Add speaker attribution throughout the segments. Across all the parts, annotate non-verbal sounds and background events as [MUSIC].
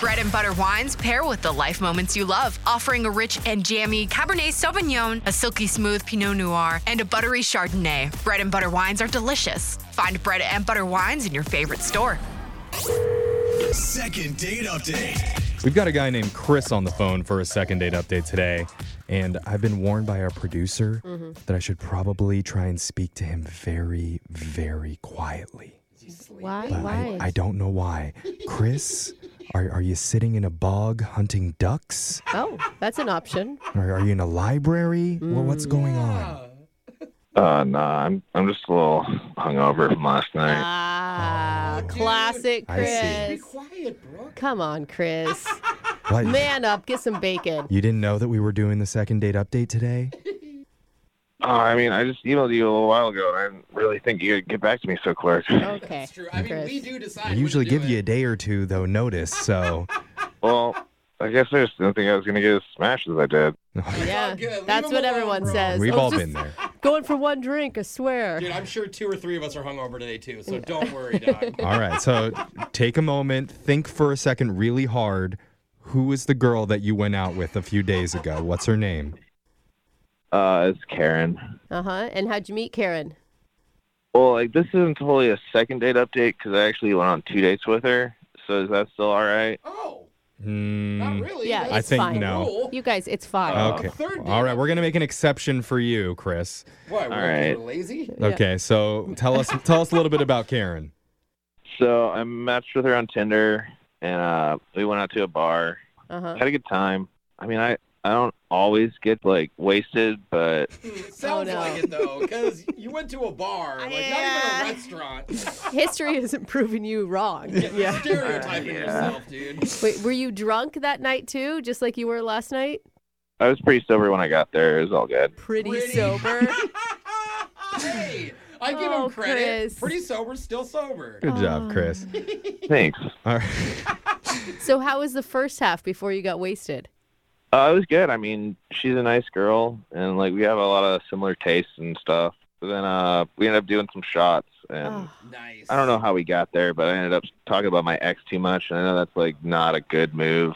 Speaker 1: Bread and butter wines pair with the life moments you love, offering a rich and jammy Cabernet Sauvignon, a silky smooth Pinot Noir, and a buttery Chardonnay. Bread and butter wines are delicious. Find bread and butter wines in your favorite store.
Speaker 2: Second date update.
Speaker 3: We've got a guy named Chris on the phone for a second date update today. And I've been warned by our producer that I should probably try and speak to him very, very quietly.
Speaker 4: Why?
Speaker 3: But
Speaker 4: Why?
Speaker 3: I, I don't know why. Chris, are, are you sitting in a bog hunting ducks?
Speaker 4: oh, that's an option.
Speaker 3: Or are you in a library? Wha- what's going on?
Speaker 5: Uh, nah, I'm I'm just a little hungover from last
Speaker 4: Uh,
Speaker 5: night.
Speaker 6: Oh,
Speaker 4: Ah, classic
Speaker 3: I see.
Speaker 4: Chris. Come on, Chris.
Speaker 3: What?
Speaker 4: Man up, get some
Speaker 6: [LAUGHS]
Speaker 4: bacon.
Speaker 3: You didn't know that we were doing the second date update today?
Speaker 5: Oh, I mean, I just emailed you a little while ago, and I didn't really think you'd get back to me so quick.
Speaker 4: Okay.
Speaker 6: True. I mean,
Speaker 4: Chris.
Speaker 6: we do decide.
Speaker 3: I
Speaker 6: when to
Speaker 3: usually
Speaker 6: do
Speaker 3: give
Speaker 6: it.
Speaker 3: you a day or two, though, notice. So,
Speaker 5: [LAUGHS] Well, I guess I just didn't think I was gonna get as smashed as I did.
Speaker 4: Yeah,
Speaker 6: all good. Leave
Speaker 4: that's
Speaker 6: him
Speaker 4: what
Speaker 6: alone,
Speaker 4: everyone
Speaker 6: bro.
Speaker 4: says.
Speaker 3: we've
Speaker 4: I'm
Speaker 3: all
Speaker 4: just
Speaker 3: been there.
Speaker 4: Going for one drink, I swear.
Speaker 6: Dude, I'm sure two or three of us are hungover today too, so don't
Speaker 4: [LAUGHS]
Speaker 6: worry, dog.
Speaker 3: All right. So take a moment, think for a second really hard. Who is the girl that you went out with a few days ago? What's her name?
Speaker 5: Uh, it's Karen.
Speaker 4: Uh huh. And how'd you meet Karen?
Speaker 5: Well, like this isn't totally a second date update because I actually went on two dates with her. So is that still all right?
Speaker 6: Oh,
Speaker 3: Hmm.
Speaker 6: not really.
Speaker 4: Yeah,
Speaker 6: That's
Speaker 3: I
Speaker 4: it's
Speaker 3: think
Speaker 4: fine.
Speaker 3: no.
Speaker 6: cool.
Speaker 4: You guys, it's fine.
Speaker 5: Uh,
Speaker 3: Okay.
Speaker 6: Third date.
Speaker 3: All right. We're going to make an exception for you, Chris.
Speaker 6: Why? We're
Speaker 5: right.
Speaker 6: lazy.
Speaker 4: Yeah.
Speaker 3: Okay. So tell us tell us a little bit about Karen.
Speaker 5: So I matched with her on Tinder, and uh, we went out to a bar.
Speaker 4: Uh huh.
Speaker 5: Had a good time. I mean, I I don't always get like wasted, but
Speaker 6: Hmm, Sounds
Speaker 4: no.
Speaker 6: like it though, because you went to a bar, like
Speaker 4: Yeah.
Speaker 6: not even a
Speaker 4: [LAUGHS]
Speaker 6: restaurant.
Speaker 4: History isn't proving you wrong.
Speaker 6: Yeah. Stereotyping
Speaker 5: Yeah.
Speaker 6: yourself, dude.
Speaker 4: Wait, were you drunk that night too, just like you were last night?
Speaker 5: I was pretty sober when I got there. It was all good.
Speaker 4: Pretty,
Speaker 6: Pretty. [LAUGHS]
Speaker 4: sober.
Speaker 6: hey, I give
Speaker 4: Oh,
Speaker 6: him credit.
Speaker 4: Chris.
Speaker 6: Pretty sober, still sober.
Speaker 3: Good job, Chris.
Speaker 5: Thanks.
Speaker 3: All right.
Speaker 4: so how was the first half before you got wasted?
Speaker 5: Uh, it was good. I mean, she's a nice girl, and like we have a lot of similar tastes and stuff. But then uh, we ended up doing some shots, and
Speaker 4: Oh,
Speaker 6: Nice.
Speaker 5: I don't know how we got there, but I ended up talking about my ex too much, and I know that's like not a good move.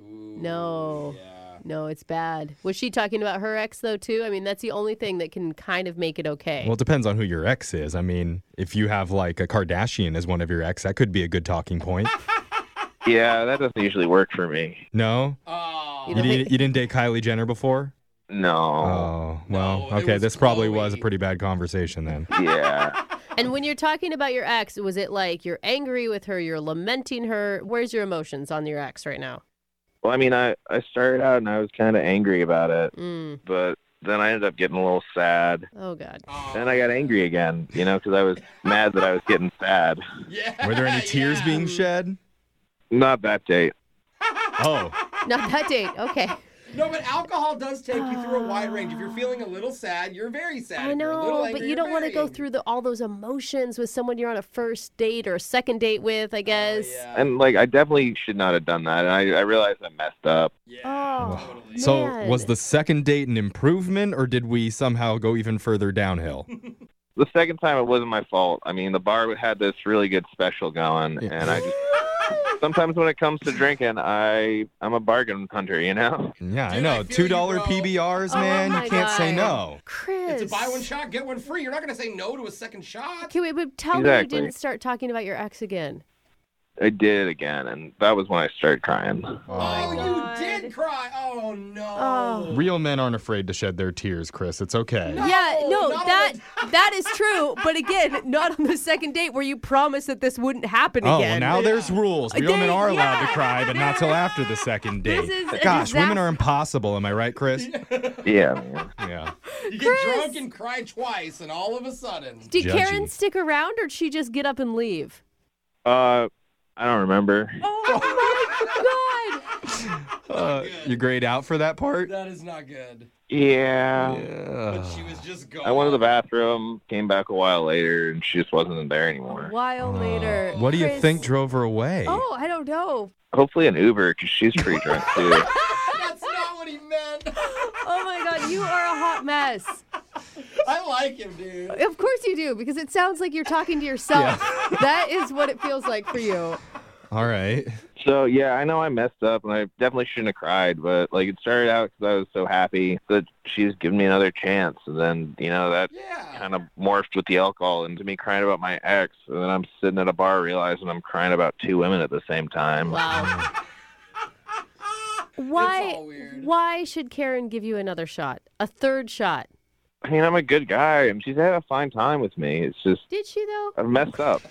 Speaker 6: Ooh,
Speaker 4: No.
Speaker 6: Yeah.
Speaker 4: no, it's bad. Was she talking about her ex though too? I mean, that's the only thing that can kind of make it okay.
Speaker 3: Well, it depends on who your ex is. I mean, if you have like a Kardashian as one of your ex, that could be a good talking point.
Speaker 5: Yeah, that doesn't usually work for me.
Speaker 6: [LAUGHS]
Speaker 3: No?
Speaker 6: Oh.
Speaker 3: You,
Speaker 4: You know,
Speaker 3: didn't- you didn't date Kylie Jenner before?
Speaker 5: No.
Speaker 3: Oh, well,
Speaker 6: No, it
Speaker 3: okay.
Speaker 6: was
Speaker 3: This probably was a
Speaker 6: Chloe.
Speaker 3: pretty bad conversation then.
Speaker 5: Yeah.
Speaker 4: and when you're talking about your ex, was it like you're angry with her, you're lamenting her? Where's your emotions on your ex right now?
Speaker 5: Well, I mean, I I started out and I was kind of angry about it,
Speaker 4: Mm.
Speaker 5: but then I ended up getting a little sad.
Speaker 4: Oh God.
Speaker 6: Oh.
Speaker 5: Then I got angry again, you know, because I was mad that I was getting sad.
Speaker 6: Yeah.
Speaker 3: Were there any tears
Speaker 6: yeah.
Speaker 3: being shed?
Speaker 5: Not that date.
Speaker 3: Oh,
Speaker 4: Not that date. Okay.
Speaker 6: No, but alcohol does take you through a wide range. If you're feeling a little sad, you're very sad.
Speaker 4: Ah. I
Speaker 6: If you're a little
Speaker 4: know,
Speaker 6: [LAUGHS] angry,
Speaker 4: but you
Speaker 6: you're
Speaker 4: don't want to
Speaker 6: very
Speaker 4: go
Speaker 6: angry.
Speaker 4: through the, all those emotions with someone you're on a first date or a second date with, I guess.
Speaker 6: Oh, yeah.
Speaker 5: And like, I definitely should not have done that. And I, I realized I messed up.
Speaker 6: Yeah,
Speaker 4: Oh,
Speaker 6: totally.
Speaker 3: so
Speaker 4: Man.
Speaker 3: was the second date an improvement, or did we somehow go even further downhill?
Speaker 5: The second time, it wasn't my fault. I mean, the bar had this really good special going,
Speaker 3: Yeah.
Speaker 5: and I just sometimes when it comes to drinking, I I'm a bargain hunter, you know.
Speaker 3: Yeah, I
Speaker 6: Dude, I
Speaker 3: know.
Speaker 6: feel
Speaker 3: Two
Speaker 6: you,
Speaker 3: dollar
Speaker 6: bro.
Speaker 3: PBRs,
Speaker 4: Oh
Speaker 3: man.
Speaker 4: my
Speaker 3: You can't say
Speaker 4: God.
Speaker 3: no.
Speaker 4: Chris.
Speaker 6: It's a buy one shot, get one free. You're not going to say no to a second shot.
Speaker 4: Okay, wait, but tell me
Speaker 5: Exactly.
Speaker 4: you didn't start talking about your ex again.
Speaker 5: I did it again, and that was when I started crying.
Speaker 6: Oh,
Speaker 4: God.
Speaker 6: you did cry. Oh, no.
Speaker 4: Oh.
Speaker 3: Real men aren't afraid to shed their tears, Chris. It's okay.
Speaker 6: No,
Speaker 4: yeah, no,
Speaker 6: not on [LAUGHS]
Speaker 4: that that is true. But again, not on the second date where you promised that this wouldn't happen
Speaker 3: Oh, well,
Speaker 4: again.
Speaker 3: now there's rules. Real
Speaker 4: They-
Speaker 3: men are allowed
Speaker 4: yeah.
Speaker 3: to cry, but not till after the second
Speaker 4: This
Speaker 3: date.
Speaker 4: is a
Speaker 3: Gosh, women
Speaker 4: disaster.
Speaker 3: are impossible. Am I right, Chris?
Speaker 5: Yeah, man.
Speaker 3: Yeah.
Speaker 6: You get drunk and cry twice, and all of a sudden.
Speaker 4: Did
Speaker 3: Judgy.
Speaker 4: Karen stick around or did she just get up and leave?
Speaker 5: Uh, I don't remember.
Speaker 4: Oh my god.
Speaker 3: Uh, you grayed out for that part?
Speaker 6: That is not good.
Speaker 5: Yeah.
Speaker 6: But
Speaker 3: Yeah.
Speaker 6: she
Speaker 5: [SIGHS]
Speaker 6: was just gone.
Speaker 5: I went to the bathroom, came back a while later, and she just wasn't there
Speaker 4: A
Speaker 5: anymore.
Speaker 4: while
Speaker 3: Uh,
Speaker 4: later.
Speaker 3: What do you
Speaker 4: Chris-
Speaker 3: think drove her away?
Speaker 4: Oh, I don't know.
Speaker 5: Hopefully, an Uber, because she's pretty drunk too.
Speaker 6: [LAUGHS] That's not what he meant. [LAUGHS]
Speaker 4: Oh my god, you are a hot mess.
Speaker 6: I like him, dude.
Speaker 4: Of [LAUGHS] course you do, because it sounds like you're talking to yourself. That is what it feels like for you.
Speaker 3: All right.
Speaker 5: So yeah, I know I messed up, and I definitely shouldn't have cried. But like, it started out because I was so happy that she's given me another chance, and then you know that
Speaker 6: Yeah.
Speaker 5: kind of morphed with the alcohol into me crying about my ex, and then I'm sitting at a bar realizing I'm crying about two women at the same time.
Speaker 4: Wow.
Speaker 6: It's
Speaker 4: Why?
Speaker 6: all weird.
Speaker 4: Why should Karen give you another shot? A third shot?
Speaker 5: I mean, I'm a good guy, and she's had a fine time with me. It's just
Speaker 4: Did she though?
Speaker 5: I've messed up.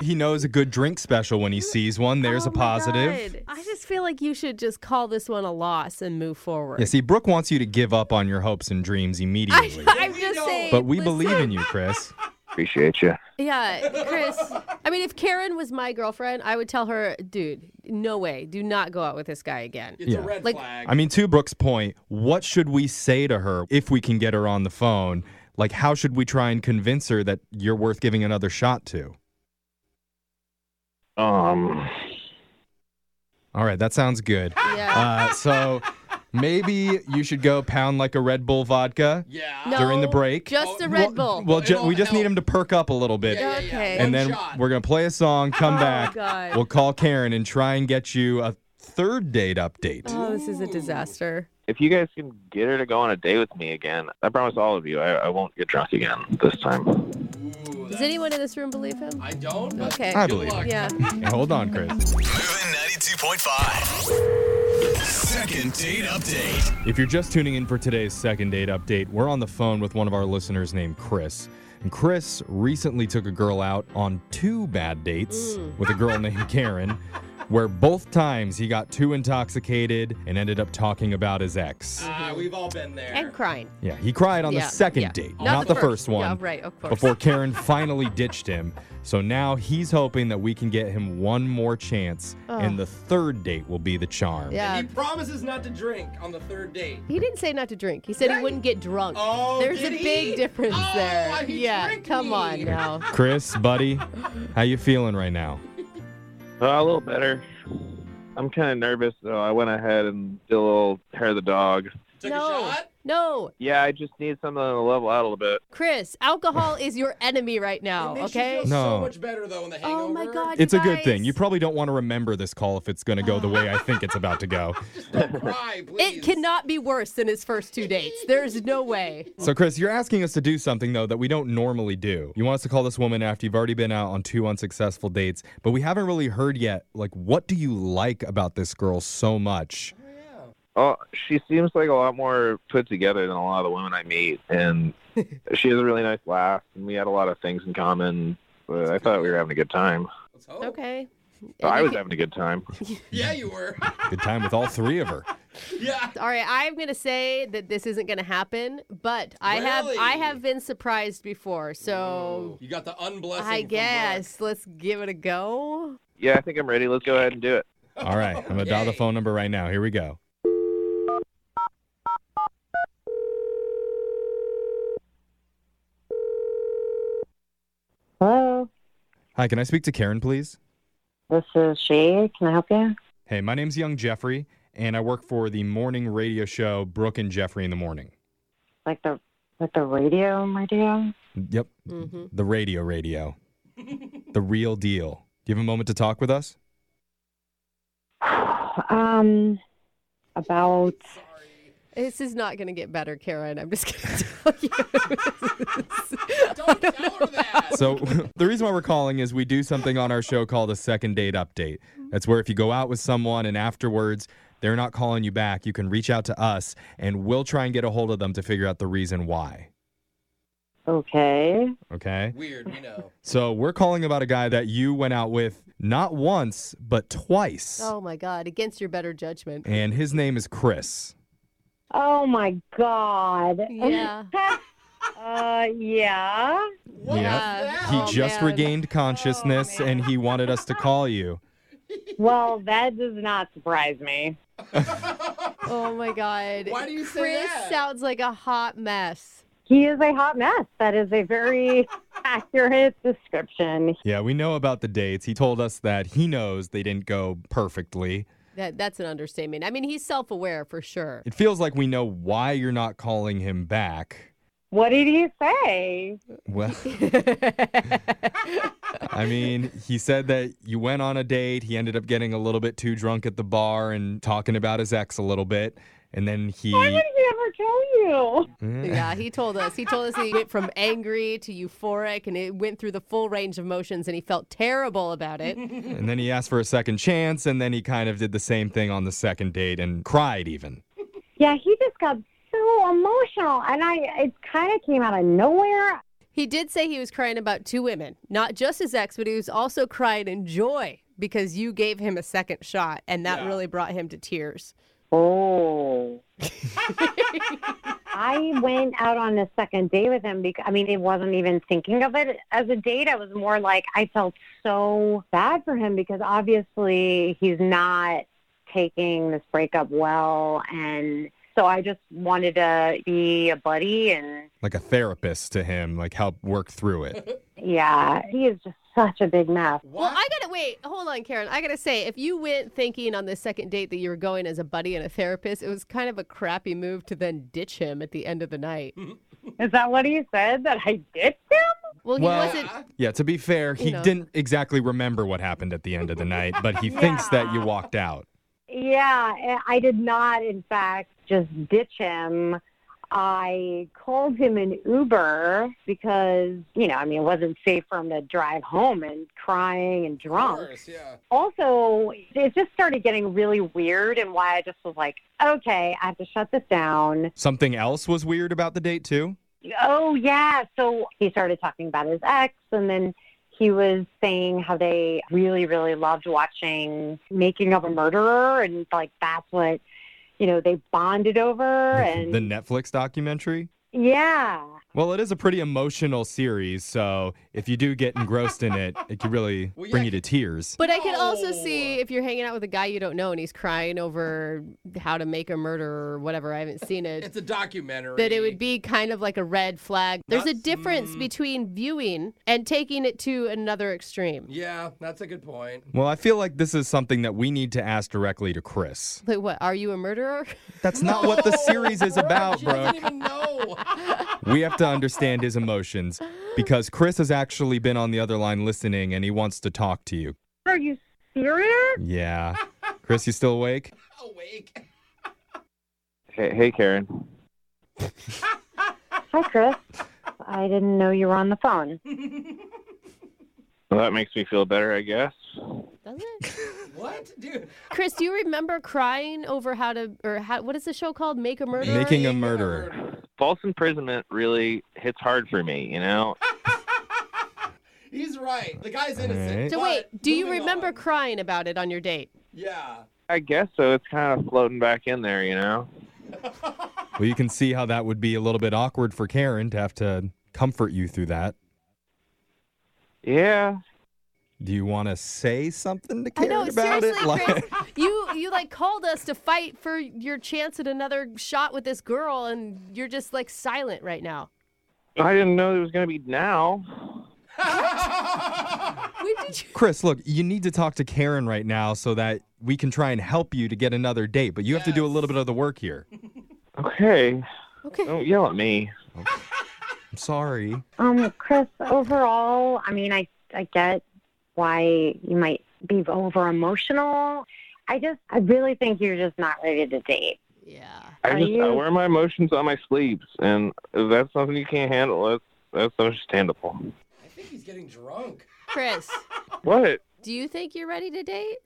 Speaker 3: He knows a good drink special when he sees one. There's
Speaker 4: Oh
Speaker 3: a
Speaker 4: my
Speaker 3: positive.
Speaker 4: God. I just feel like you should just call this one a loss and move forward.
Speaker 3: Yeah, see, Brooke wants you to give up on your hopes and
Speaker 4: [LAUGHS]
Speaker 3: dreams immediately.
Speaker 4: I'm
Speaker 6: We
Speaker 4: just
Speaker 6: don't.
Speaker 4: saying.
Speaker 3: but we
Speaker 4: listen-
Speaker 3: believe in you,
Speaker 6: [LAUGHS]
Speaker 3: Chris.
Speaker 5: Appreciate you.
Speaker 4: Yeah, Chris. I mean, if Karen was my girlfriend, I would tell her, dude, no way. Do not go out with this guy again.
Speaker 6: It's
Speaker 3: Yeah.
Speaker 6: a red
Speaker 4: Like-
Speaker 6: flag.
Speaker 3: I mean, to Brooke's point, what should we say to her if we can get her on the phone? Like, how should we try and convince her that you're worth giving another shot to?
Speaker 5: Um,
Speaker 3: All right, that sounds good.
Speaker 4: [LAUGHS]
Speaker 3: Uh,
Speaker 4: Yeah.
Speaker 3: so maybe you should go pound like a Red Bull vodka
Speaker 6: yeah.
Speaker 4: No.
Speaker 3: Uh, during the break.
Speaker 4: Just a
Speaker 6: Oh,
Speaker 4: Red
Speaker 3: Well,
Speaker 4: Bull.
Speaker 3: Well, ju-
Speaker 6: It'll
Speaker 3: we just need
Speaker 6: help.
Speaker 3: him to perk up a little bit.
Speaker 6: Yeah, yeah, yeah.
Speaker 4: Okay.
Speaker 3: And
Speaker 6: One
Speaker 3: then
Speaker 6: shot.
Speaker 3: we're going to play a song, come
Speaker 4: Oh,
Speaker 3: back.
Speaker 4: God.
Speaker 3: We'll call Karen and try and get you a third date update.
Speaker 4: oh, this is a disaster.
Speaker 5: if you guys can get her to go on a date with me again, I promise all of you, I, I won't get drunk again this time.
Speaker 6: Ooh,
Speaker 4: Does
Speaker 6: that-
Speaker 4: anyone in this room believe him?
Speaker 6: I
Speaker 3: [LAUGHS]
Speaker 6: don't. But
Speaker 4: Okay.
Speaker 3: I
Speaker 6: good
Speaker 3: believe
Speaker 6: luck.
Speaker 3: it.
Speaker 4: Yeah.
Speaker 3: Hey, hold on, Chris.
Speaker 2: Moving 92.5. Second date update.
Speaker 3: If you're just tuning in for today's second date update, we're on the phone with one of our listeners named Chris. And Chris recently took a girl out on two bad dates with a girl [LAUGHS] named Karen, where both times he got too intoxicated and ended up talking about his ex.
Speaker 6: Ah, we've all been there.
Speaker 4: And crying.
Speaker 3: Yeah, he cried on the
Speaker 4: Yeah,
Speaker 3: second
Speaker 4: yeah.
Speaker 3: date, not, the, first, one.
Speaker 4: Yeah, right, of course.
Speaker 3: Before Karen finally ditched him. So now he's hoping that we can get him one more chance, and the third date will be the charm.
Speaker 4: Yeah.
Speaker 6: he promises not to drink on the third date.
Speaker 4: He didn't say not to drink. He said he wouldn't get drunk.
Speaker 6: Oh,
Speaker 4: There's
Speaker 6: did
Speaker 4: a
Speaker 6: he?
Speaker 4: big difference
Speaker 6: Oh,
Speaker 4: there.
Speaker 6: he
Speaker 4: Yeah,
Speaker 6: tricked
Speaker 4: come
Speaker 6: me.
Speaker 4: on now.
Speaker 3: Chris, buddy, how you feeling right now?
Speaker 5: Uh, a little better. I'm kind of nervous, so I went ahead and did a little hair of the dog.
Speaker 6: Took
Speaker 4: no,
Speaker 6: a shot.
Speaker 4: no,
Speaker 5: Yeah, I just need something to level out a little bit.
Speaker 4: Chris, alcohol is your enemy right now.
Speaker 6: It makes
Speaker 4: Oh, Okay.
Speaker 6: You feel
Speaker 3: No.
Speaker 6: So much better though in the hangover.
Speaker 4: Oh my God.
Speaker 3: It's a good
Speaker 4: guys-
Speaker 3: thing. You probably don't want to remember this call if it's going to go the way I think it's about to go.
Speaker 6: Just don't cry,
Speaker 4: [LAUGHS]
Speaker 6: please.
Speaker 4: It cannot be worse than his first two dates. There's no way.
Speaker 3: So, Chris, you're asking us to do something, though, that we don't normally do. You want us to call this woman after you've already been out on two unsuccessful dates, but we haven't really heard yet, like, what do you like about this girl so much?
Speaker 5: Oh, she seems like a lot more put together than a lot of the women I meet, and she has a really nice laugh, and we had a lot of things in common. But I thought we were having a good time.
Speaker 6: Let's hope.
Speaker 4: [LAUGHS] Okay.
Speaker 5: I was having a good time.
Speaker 6: Yeah, you were. [LAUGHS]
Speaker 3: Good time with all three of her.
Speaker 6: yeah.
Speaker 4: All right, I'm gonna say that this isn't gonna happen, but I have
Speaker 6: Really?
Speaker 4: I have been surprised before, so
Speaker 6: Oh, You got the unblessing.
Speaker 4: I
Speaker 6: from [LAUGHS]
Speaker 4: guess let's give it a go.
Speaker 5: Yeah, I think I'm ready. Let's go ahead and do it.
Speaker 3: All right, I'm gonna dial the
Speaker 6: Yay.
Speaker 3: phone number right now. Here we go.
Speaker 7: Hello,
Speaker 3: Hi, can I speak to Karen, please?
Speaker 7: this is she. Can I help you?
Speaker 3: Hey, my name's Young Jeffrey, and I work for the morning radio show Brooke and Jeffrey in the morning.
Speaker 7: Like the like the radio, my dear.
Speaker 3: Yep,
Speaker 4: Mm-hmm.
Speaker 3: the radio, radio, the real deal. Do you have a moment to talk with us?
Speaker 7: Um, about
Speaker 6: Mark. Sorry.
Speaker 4: This is not gonna get better, Karen. I'm just gonna [LAUGHS] tell you.
Speaker 6: [LAUGHS] Don't tell her that. [LAUGHS]
Speaker 3: So [LAUGHS] the reason why we're calling is we do something on our show called a second date update. That's where if you go out with someone and afterwards they're not calling you back, you can reach out to us and we'll try and get a hold of them to figure out the reason why.
Speaker 7: okay.
Speaker 3: Okay.
Speaker 6: Weird, we know.
Speaker 3: So we're calling about a guy that you went out with not once, but twice.
Speaker 4: oh my God! Against your better judgment.
Speaker 3: And his name is Chris.
Speaker 7: Oh my God.
Speaker 4: Yeah.
Speaker 7: [LAUGHS] uh, yeah.
Speaker 6: What
Speaker 3: Yep.
Speaker 6: yeah.
Speaker 3: He
Speaker 4: Oh,
Speaker 3: just
Speaker 4: man.
Speaker 3: regained consciousness and he wanted us to call you.
Speaker 7: Well, that does not surprise me.
Speaker 4: Oh my God.
Speaker 6: Why do you say
Speaker 4: Chris
Speaker 6: that?
Speaker 4: sounds like a hot mess.
Speaker 7: He is a hot mess. That is a very accurate description.
Speaker 3: Yeah, we know about the dates. He told us that he knows they didn't go perfectly.
Speaker 4: That that's an understatement. I mean, he's self-aware for sure.
Speaker 3: It feels like we know why you're not calling him back.
Speaker 7: What did he say?
Speaker 3: Well, I mean, he said that you went on a date. He ended up getting a little bit too drunk at the bar and talking about his ex a little bit. And then he.
Speaker 7: Why would he ever tell
Speaker 4: [LAUGHS]
Speaker 7: you?
Speaker 4: yeah, he told us. He told us he went from angry to euphoric and it went through the full range of motions and he felt terrible about [LAUGHS] it.
Speaker 3: And then he asked for a second chance, and then he kind of did the same thing on the second date and cried even.
Speaker 7: Yeah, he just got so emotional, and I it kind of came out of nowhere.
Speaker 4: He did say he was crying about two women, not just his ex, but he was also crying in joy because you gave him a second shot and that really brought him to tears.
Speaker 7: Oh. I went out on a second date with him because I mean, I wasn't even thinking of it as a date. I was more like I felt so bad for him because obviously he's not taking this breakup well, and so I just wanted to be a buddy and
Speaker 3: Like a therapist to him, like help work through it.
Speaker 7: yeah, he is just such a big mess.
Speaker 4: Well,
Speaker 6: What?
Speaker 4: I gotta wait. Hold on, Karen. I gotta say, if you went thinking on this second date that you were going as a buddy and a therapist, it was kind of a crappy move to then ditch him at the end of the night.
Speaker 7: Is that what he said that I did him?
Speaker 4: [LAUGHS] Well, he
Speaker 3: Well-
Speaker 4: wasn't.
Speaker 3: Yeah, to be fair, he
Speaker 4: You know.
Speaker 3: didn't exactly remember what happened at the end of the night, but he thinks that you
Speaker 7: Yeah.
Speaker 3: walked out.
Speaker 7: Yeah, and I did not, in fact, just ditch him. I called him an Uber because, you know, I mean, it wasn't safe for him to drive home and crying and
Speaker 6: Of
Speaker 7: drunk.
Speaker 6: course, yeah.
Speaker 7: Also, it just started getting really weird, and why I just was like, okay, I have to shut this down.
Speaker 3: Something else was weird about the date, too?
Speaker 7: Oh yeah. So he started talking about his ex and then he was saying how they really, really loved watching Making of a Murderer and like that's what you know, they bonded over and
Speaker 3: The Netflix documentary?
Speaker 7: yeah.
Speaker 3: Well, it is a pretty emotional series, so if you do get engrossed in it, it can really
Speaker 6: Well, yeah,
Speaker 3: bring you to tears.
Speaker 4: But I could also
Speaker 6: No.
Speaker 4: see if you're hanging out with a guy you don't know and he's crying over how to make a murder or whatever. I haven't seen it.
Speaker 6: It's a documentary.
Speaker 4: that it would be kind of like a red flag. There's a
Speaker 6: That's-
Speaker 4: difference
Speaker 6: mm.
Speaker 4: between viewing and taking it to another extreme.
Speaker 6: Yeah, that's a good point.
Speaker 3: Well, I feel like this is something that we need to ask directly to Chris.
Speaker 4: Like, what? Are you a murderer?
Speaker 3: That's not what the series is
Speaker 6: Brooke,
Speaker 3: about,
Speaker 6: [LAUGHS] she
Speaker 3: bro.
Speaker 6: doesn't even know. [LAUGHS]
Speaker 3: We have to understand his emotions because Chris has actually been on the other line listening and he wants to talk to you.
Speaker 7: Are you serious?
Speaker 3: Yeah. Chris, you still awake?
Speaker 6: Awake.
Speaker 5: Hey, hey Karen.
Speaker 7: Hi Chris. I didn't know you were on the phone.
Speaker 5: Well, that makes me feel better, I guess.
Speaker 4: [LAUGHS] Does it?
Speaker 6: What, dude?
Speaker 4: [LAUGHS] Chris, do you remember crying over how to, or how, what is the show called? Make a murderer?
Speaker 3: Making a murderer.
Speaker 5: False imprisonment really hits hard for me, you know?
Speaker 6: He's right. The guy's
Speaker 3: right.
Speaker 6: innocent.
Speaker 4: so
Speaker 6: but
Speaker 4: wait, do you
Speaker 6: moving
Speaker 4: remember
Speaker 6: on.
Speaker 4: crying about it on your date? [LAUGHS]
Speaker 6: Yeah. [LAUGHS]
Speaker 5: I guess so. It's kind of floating back in there, you know?
Speaker 3: Well, you can see how that would be a little bit awkward for Karen to have to comfort you through that.
Speaker 5: Yeah.
Speaker 3: Do you want to say something to
Speaker 4: I
Speaker 3: Karen
Speaker 4: know,
Speaker 3: about
Speaker 4: seriously,
Speaker 3: it? Like-
Speaker 4: Chris, [LAUGHS] you you like called us to fight for your chance at another shot with this girl, and you're just like silent right now.
Speaker 5: I didn't know it was going to be now.
Speaker 4: When did you?
Speaker 3: Chris, look, you need to talk to Karen right now so that we can try and help you to get another date, but you have to do a little bit of the work here.
Speaker 5: Okay.
Speaker 4: Okay.
Speaker 5: Don't yell at me.
Speaker 3: I'm sorry.
Speaker 7: Um, Chris, overall, I mean, I, I get why you might be over emotional. I just, I really think you're just not ready to date.
Speaker 4: [LAUGHS] Yeah.
Speaker 5: I
Speaker 7: Are
Speaker 5: just I
Speaker 7: you-
Speaker 5: wear my emotions on my sleeves, and if that's something you can't handle, that's that's understandable.
Speaker 6: I think he's getting drunk. [LAUGHS]
Speaker 4: Chris,
Speaker 5: What?
Speaker 4: do you think you're ready to date?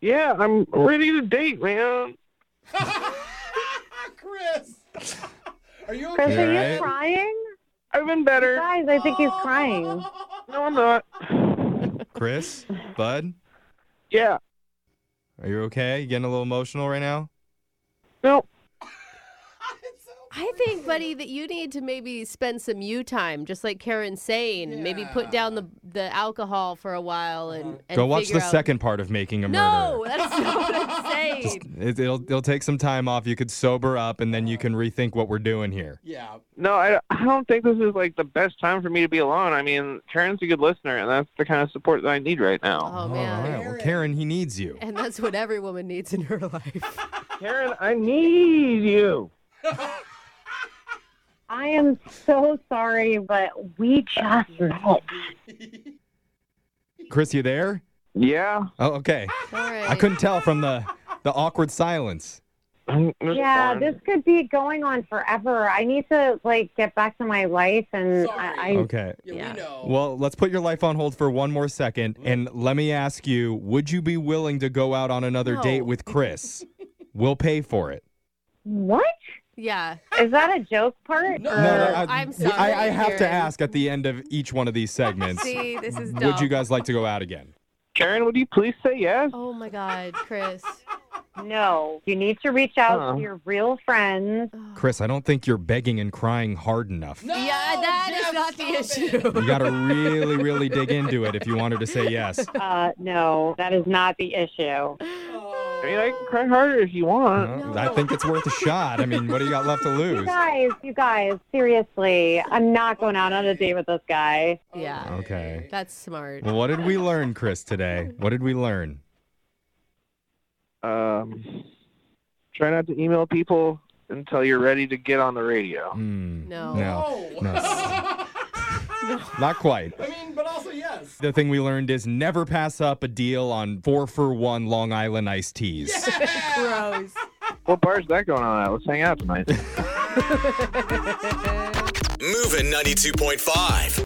Speaker 5: Yeah, I'm ready to date, man.
Speaker 6: Chris. Are you
Speaker 7: Chris,
Speaker 6: okay?
Speaker 3: Yeah.
Speaker 7: are you
Speaker 3: Alright.
Speaker 7: crying?
Speaker 5: I've been better.
Speaker 7: Guys, I think he's crying.
Speaker 5: No, I'm not.
Speaker 3: Chris, bud,
Speaker 5: Yeah.
Speaker 3: are you okay? You getting a little emotional right now?
Speaker 5: No.
Speaker 6: It's so
Speaker 4: I think, buddy, that you need to maybe spend some you time, just like Karen's saying. Maybe put down the the alcohol for a while and, and
Speaker 3: Uh-huh. Go watch
Speaker 4: figure
Speaker 3: the
Speaker 4: out-
Speaker 3: second part of Making a
Speaker 4: No,
Speaker 3: Murderer.
Speaker 4: that's not what
Speaker 3: [LAUGHS]
Speaker 4: I'm saying.
Speaker 3: It, it'll, it'll take some time off. You could sober up and then you can rethink what we're doing here.
Speaker 6: Yeah.
Speaker 5: No, I, I don't think this is like the best time for me to be alone. I mean, Karen's a good listener, and that's the kind of support that I need right now.
Speaker 4: Oh
Speaker 3: All
Speaker 4: man.
Speaker 3: right. Well, Karen, he needs you.
Speaker 4: And that's what every woman needs in her [LAUGHS] life.
Speaker 5: Karen, I need you.
Speaker 7: I am so sorry, but we just met.
Speaker 3: Chris, you there?
Speaker 5: Yeah.
Speaker 3: Oh, okay.
Speaker 4: All right.
Speaker 3: I couldn't tell from the the awkward silence.
Speaker 7: Yeah, this could be going on forever. I need to like get back to my life, and I, I
Speaker 3: Okay.
Speaker 6: Yeah,
Speaker 4: Yeah.
Speaker 6: we know.
Speaker 3: Well, let's put your life on hold for one more second and let me ask you, would you be willing to go out on another
Speaker 4: No.
Speaker 3: date with
Speaker 4: [LAUGHS]
Speaker 3: Chris? we'll pay for it.
Speaker 7: what
Speaker 4: Yeah.
Speaker 7: is that a joke part?
Speaker 6: No.
Speaker 7: Or-
Speaker 3: No, no,
Speaker 4: Uh,
Speaker 3: I,
Speaker 4: I'm
Speaker 3: we- I, I
Speaker 4: sorry,
Speaker 3: have to
Speaker 4: Karen.
Speaker 3: ask at the end of each one of these segments.
Speaker 4: [LAUGHS] See, this is dumb.
Speaker 3: would you guys like to go out again?
Speaker 5: Karen, would you please say yes?
Speaker 4: Oh my God, Chris.
Speaker 7: no. You need to reach out
Speaker 5: Huh.
Speaker 7: to your real friends.
Speaker 3: Chris, I don't think you're begging and crying hard enough.
Speaker 6: No,
Speaker 4: yeah, that is
Speaker 6: Jeff,
Speaker 4: not the
Speaker 6: stop it.
Speaker 4: issue.
Speaker 3: You got to really, really dig into it if you want her to say
Speaker 4: [LAUGHS]
Speaker 3: yes.
Speaker 7: Uh, no, that is not the issue.
Speaker 5: I mean, I can cry harder if you want.
Speaker 3: Well, I think it's worth a shot. I mean, what do you got left
Speaker 4: [LAUGHS]
Speaker 3: to
Speaker 7: You
Speaker 3: lose?
Speaker 7: guys, you guys, seriously, I'm not going out on a date with this guy.
Speaker 4: Yeah,
Speaker 3: Okay.
Speaker 4: that's smart.
Speaker 3: Well, what did we learn, Chris, today? What did we learn?
Speaker 5: Um, try not to email people until you're ready to get on the radio.
Speaker 3: Hmm.
Speaker 4: No.
Speaker 3: No.
Speaker 6: No.
Speaker 3: No. Not quite.
Speaker 6: Oh. [LAUGHS] I mean, but also yes.
Speaker 3: The thing we learned is never pass up a deal on four for one Long Island iced teas.
Speaker 4: Gross.
Speaker 5: What bar's that going on at? Let's hang out tonight.
Speaker 2: Moving 92.5.